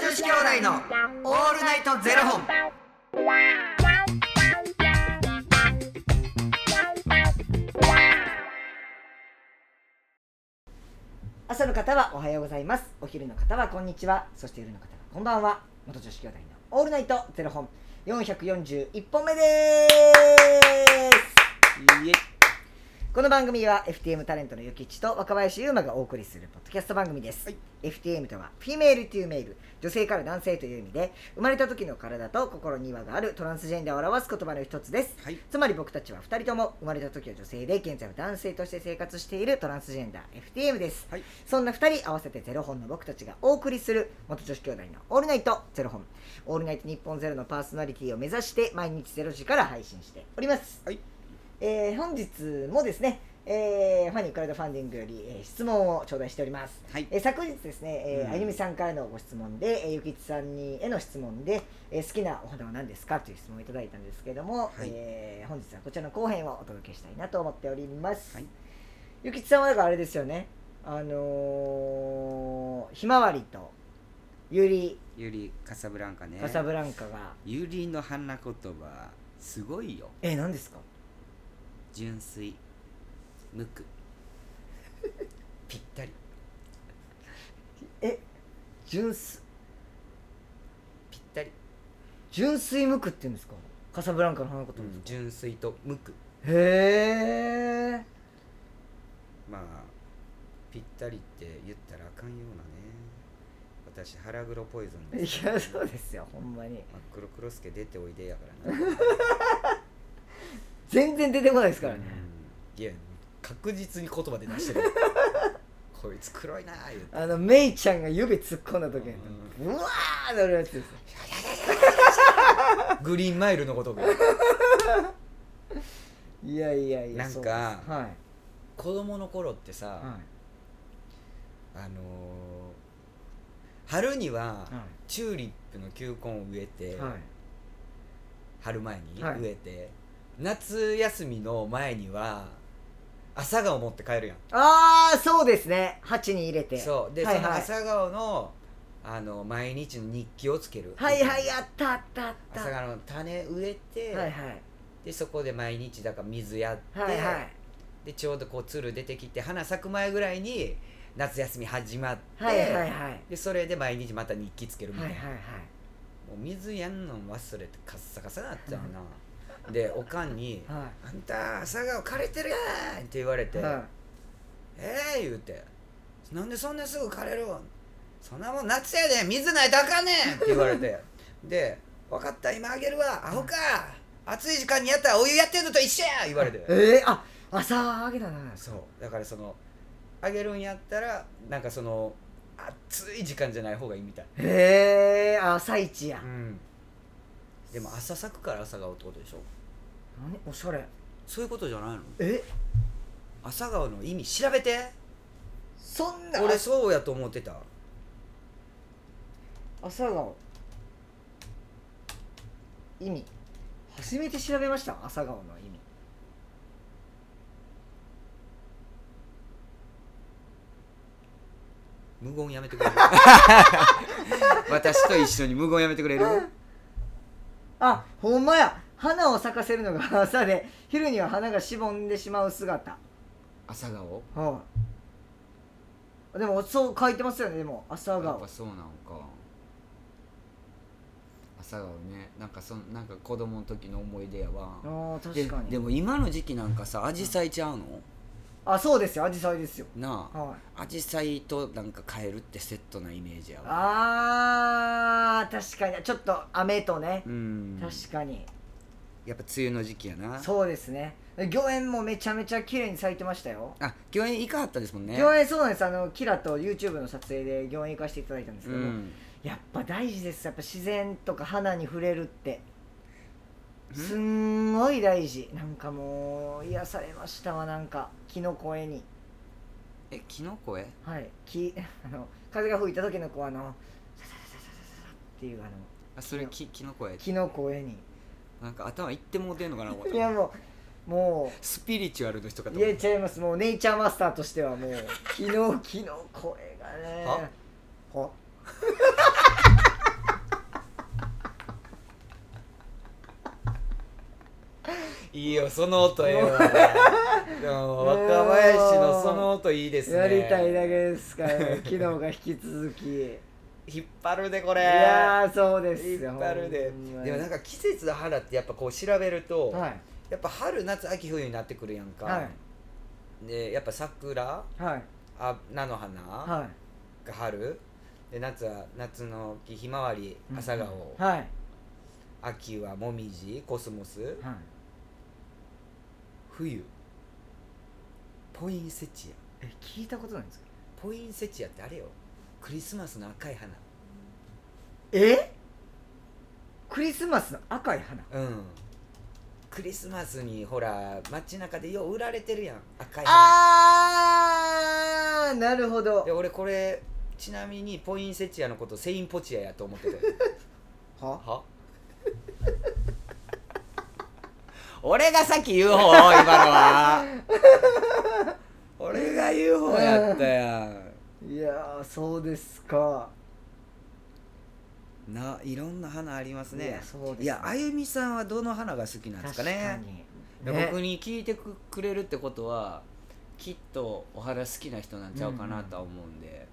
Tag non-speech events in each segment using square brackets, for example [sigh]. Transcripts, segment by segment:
子兄弟のオールナイトゼロ本。朝の方はおはようございますお昼の方はこんにちはそして夜の方はこんばんは元女子兄弟のオールナイトゼロ本441本目ですいえこの番組は FTM タレントのゆきちと若林優馬がお送りするポッドキャスト番組です、はい FTM とはフィメールというメール女性から男性という意味で生まれた時の体と心に違和があるトランスジェンダーを表す言葉の一つですはいつまり僕たちは2人とも生まれた時は女性で現在は男性として生活しているトランスジェンダー FTM です、はいそんな2人合わせてゼロ本の僕たちがお送りする元女子兄弟の「オールナイトゼロ本」「オールナイト日本ゼロのパーソナリティを目指して毎日ゼロ時から配信しております、はいえー本日もですね、えーファニークラウドファンディングより、えー質問を頂戴しておりますはいえー昨日ですね、えーうんあゆみさんからのご質問で、えーゆきちさんにへの質問で、えー好きなお花は何ですかという質問をいただいたんですけども、いえー本日はこちらの後編をお届けしたいなと思っております、はいゆきちさんはだからあれですよねあのーひまわりとゆりユリカサブランカねカサブランカが、ユリの花言葉すごいよえー何ですか純粋無垢ぴったりえ純粋ぴったり、純粋無垢って言うんですかカサブランカの花言葉うですん、純粋と無垢か、へえまあぴったりって言ったらあかんようなね私腹黒ポイズンいですやそうですよほんまに真っ黒クロスケ出ておいでやから [laughs] な全然出てこないですからね、うんいや確実に言葉で出 [laughs] してるこいつ黒いなあ言うてあのメイちゃんが指突っ込んだ時にうわーなるやつですグリーンマイルのごとくいやいやいやなんかそうですは子供の頃っていさ、はあのー春にはいはチューリップの球根を植えて、いはい春前にはい植えて、夏休みの前には朝顔持って帰るやんああそうですね鉢に入れてそうで、はいはいその朝顔のあの毎日の日記をつけるはいはいあったあったあった朝は顔の種植えて、いはいはいでそこで毎日だから水やって、はいでちょうどこうつる出てきて花咲く前ぐらいに夏休み始まって、はいはいはいはいでそれで毎日また日記つけるみたはいいな、はいもう水やんの忘れてカッサカサなったよなでおかんにはい「あんた朝顔枯れてるやん!」って言われて「はええー」言うて「なんでそんなすぐ枯れるわそんなもん夏やで水ないとあかんねん!」って言わ [laughs] れてで「分かった今あげるわアホか暑い時間にやったらお湯やってんのと一緒や!」言われていえー、あ朝あげたなそうだからそのあげるんやったらなんかその暑い時間じゃない方がいいみたいへえ朝一やうんでも朝咲くから朝顔ってことでしょ何おしゃれそういうことじゃないのえ朝顔の意味調べてそんな俺そうやと思ってた朝顔意味初めて調べました朝顔の意味無言やめてくれる [laughs] 私と一緒に無言やめてくれるあほんまや花を咲かせるのが朝で昼には花がしぼんでしまう姿朝顔はいでもそう書いてますよねでも朝やっ顔ぱそうなのか朝顔ねなんかそんなんか子供の時の思い出やわあー確でかにでも今の時期なんかさアジサイちゃうの、あそうですよアジサイですよなあはいアジサイとなんかカエルってセットなイメージやわあー確かにちょっと雨とね、うん確かにやっぱ梅雨の時期やなそうですね御苑もめちゃめちゃ綺麗に咲いてましたよあ共演いかはったですもんね共演そうなんですあのキラと YouTube の撮影で共演行かせていただいたんですけうど、んやっぱ大事ですやっぱ自然とか花に触れるってすんごい大事なんかもう癒されましたわなんか木の声にえキノコえはい木あの風が吹いた時のこうあのサササササササっていうあのあそれきキノコえ木の声になんか頭いってもうてんのかな思ったいやもうもスピリチュアルの人かうと言思っえたちゃいますもうネイチャーマスターとしては [laughs] もう木の木の声がねははいいよその音ええわでも若林のその音いいですねやりたいだけですから、ね、昨日が引き続 [laughs] き引っ張るでこれいやーそうです引っ張るででもなんかか季節の花ってやっぱこう調べると、はいやっぱ春夏秋冬になってくるやんか、はでやっぱ桜いはいあ菜の花がは春で夏は夏の木ひまわりい朝顔、うんはい秋はもみじコスモスはい冬ポインセチアえ聞いたことないんですかポインセチアってあれよクリスマスの赤い花えクリスマスの赤い花うんクリスマスにほら街中でよう売られてるやん赤い花あーなるほどで俺これちなみにポインセチアのことセインポチアやと思ってたよはは俺がさっき UFO 今のは俺が UFO やったやんいやーそうですかないろんな花ありますねいやそうですねいやあゆみさんはどの花が好きなんですかね確かにね僕に聞いてくくれるってことはきっとお花好きな人なんちゃうかなとは思うんで、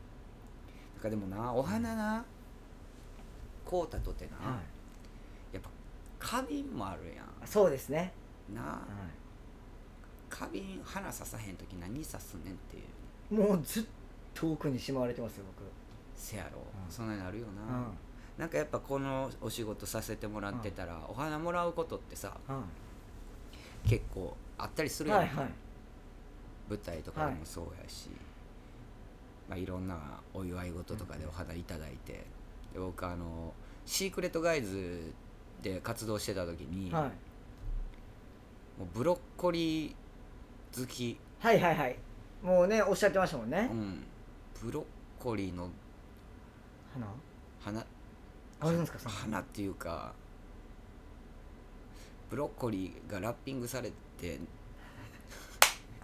なんかでもなお花なこうたとてな、はやっぱ花瓶もあるやい、そうですね、んなはあ花瓶花ささへん時何さすねんっていうい、もうずっと奥にしまわれてますよせやろ、うんそんなにあるよ僕、な、なんかやっぱこのお仕事させてもらってたら、お花もらうことってさうんは結構あったりすいるやんはかいはい舞台とかでもそうやし、いまあ、いろんなお祝い事とかでお花いただいて、で僕あのシークレットガイズで活動してた時に、はいもうブロッコリー好き、はいはいはいもうねおっしゃってましたもんねう、ん、ブロッコリーの花花あるんですかその花っていうかブロッコリーがラッピングされ [laughs] て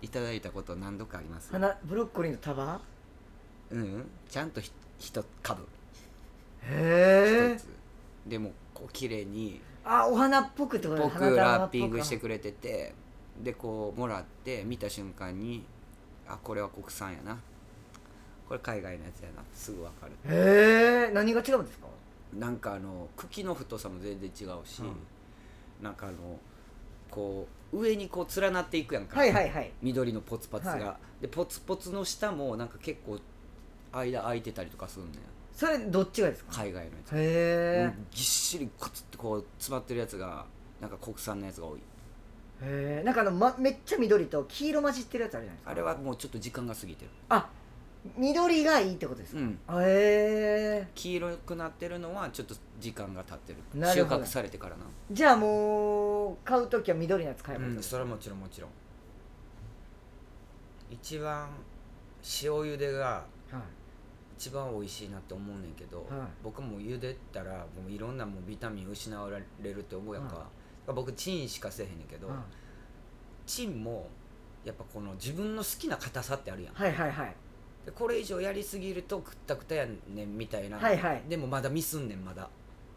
いただいたこと何度かあります花ブロッコリーの束うんちゃんとひ一株一へえつでもこう綺麗にあお花っぽくってこと僕花束っぽラくッピングしてくれててでこうもらって見た瞬間にあこれは国産やなこれ海外のやつやなすぐ分かるへえ何が違うんですかなんかあの茎の太さも全然違うし、なんかあのこう上にこう連なっていくやんか、はいはいはい緑のポツポツが、はでポツポツの下もなんか結構間空いてたりとかするんだよそれどっちがですか海外のやつへえもうぎっしりコツってこう詰まってるやつがなんか国産のやつが多いへえなんかあの、ま、めっちゃ緑と黄色混じってるやつあるじゃないですかあれはもうちょっと時間が過ぎてるあ緑がいいってことですか、うんへえ黄色くなってるのはちょっと時間が経ってるな収るほど穫されてからなじゃあもう買う時は緑のやつ買えばいいってことですれはもちろんもちろん一番塩茹でがか、はい一番美味しいなって思うねんけど、はい僕も茹でたらもういろんなもうビタミン失われるって思うやんか,、は僕チンしかせえへんねんけど、チンもやっぱこの自分の好きな硬さってあるやんはいはいはいでこれ以上やりすぎるとくったくたやねんみたいな、はいはいでもまだミスんねんまだ、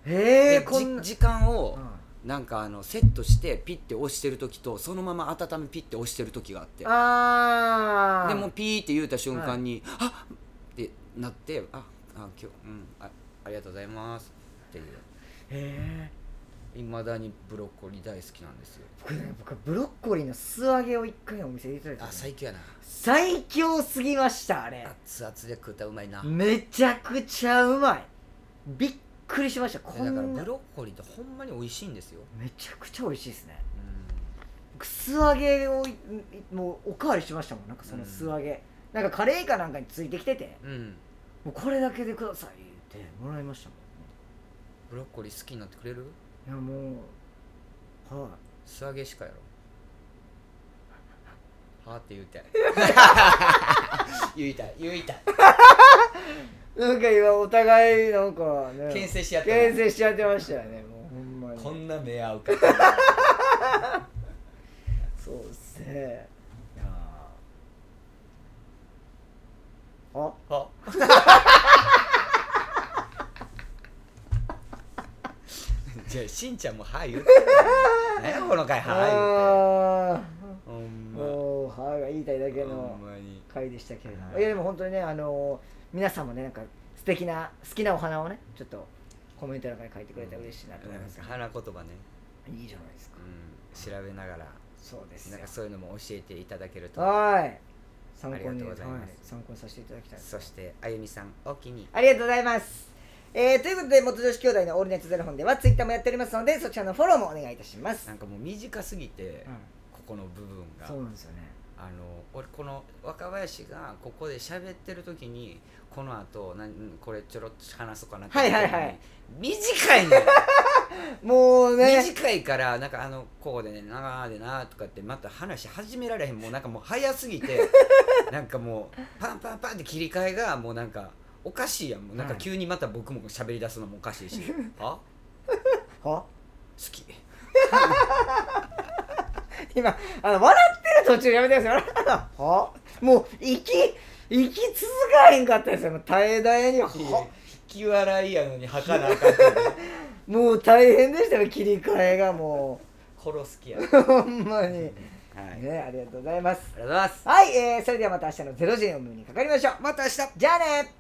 へえでこんなじ時間をうなんかあのセットしてピッて押してる時とそのまま温めピッて押してる時があってんああでもうピーって言うた瞬間に「あっ!」ってなって「ああ今日うんあありがとうございます」っていうへえいまだにブロッコリー大好きなんですよ僕ね僕ブロッコリーの素揚げを一回お店でいただいたあ時に最強やな最強すぎましたあれ熱々で食うたらうまいなだめちゃくちゃうまいびっくりしましたこからんなブロッコリーってほんまに美味しいんですよめちゃくちゃ美味しいですねう素揚げをいもうおかわりしましたもんなんかその素揚げ、なんかカレーかなんかについてきててん、うん、もうこれだけでください言ってもらいましたブロッコリー好きになってくれもるんいやもうはい素揚げしかやろはあって言うたい言いたい言いたいなんか今お互いなんかね牽制し合ってる牽制し合ってましたよねもうほんまにこんな目合うかはそうですねいやーあ [laughs] [laughs] じゃあしんちゃんも「はい」言ってねこの回はあい言うてほんーまほもう歯が言いたいだけのんまに回でしたけれどもはいいやでも本当にねあの皆さんもねなんか素敵な好きなお花をねちょっとコメント欄から書いてくれたら嬉しいなと思いますが、花言葉ね、いいじゃないですかうん、調べながらそうですなんよかそういうのも教えていただけるとはい参考ありがにとうございまはすい参考にさせていただきたいですそしてあゆみさんおきにありがとうございます。えー、ということで、元女子兄弟のオールナイトゼロ本では、ツイッターもやっておりますので、そちらのフォローもお願いいたします。なんかもう短すぎて、うここの部分ん、がそうなんですよね。あの俺この若林がここで喋ってる時にこの後何これちょろっと話そうかなってはいはいはい時に短いねもう [laughs] ね、短いからなんかあのこうでねなあでなあとかってまた話始められへんもうなんかもう早す [laughs] ぎてなんかもうパンパンパンって切り替えがもうなんかおかしいやんもうなんかはい急にまた僕も喋り出すのもおかし [laughs] いしあ好はき今、あの、笑ってる途中やめてください。笑うのはもう、息、息続かへんかったですよ。もう大変大変に。は [laughs] 引き笑いやのに吐かなあかんってねもう大変でしたよ、切り替えがも。殺す気や、はいう [laughs] ほんまに。ありがとうね、ありがとうございます。ございますはい、えー、それではまた明日の0時にお目にかかりましょう。また明日じゃあね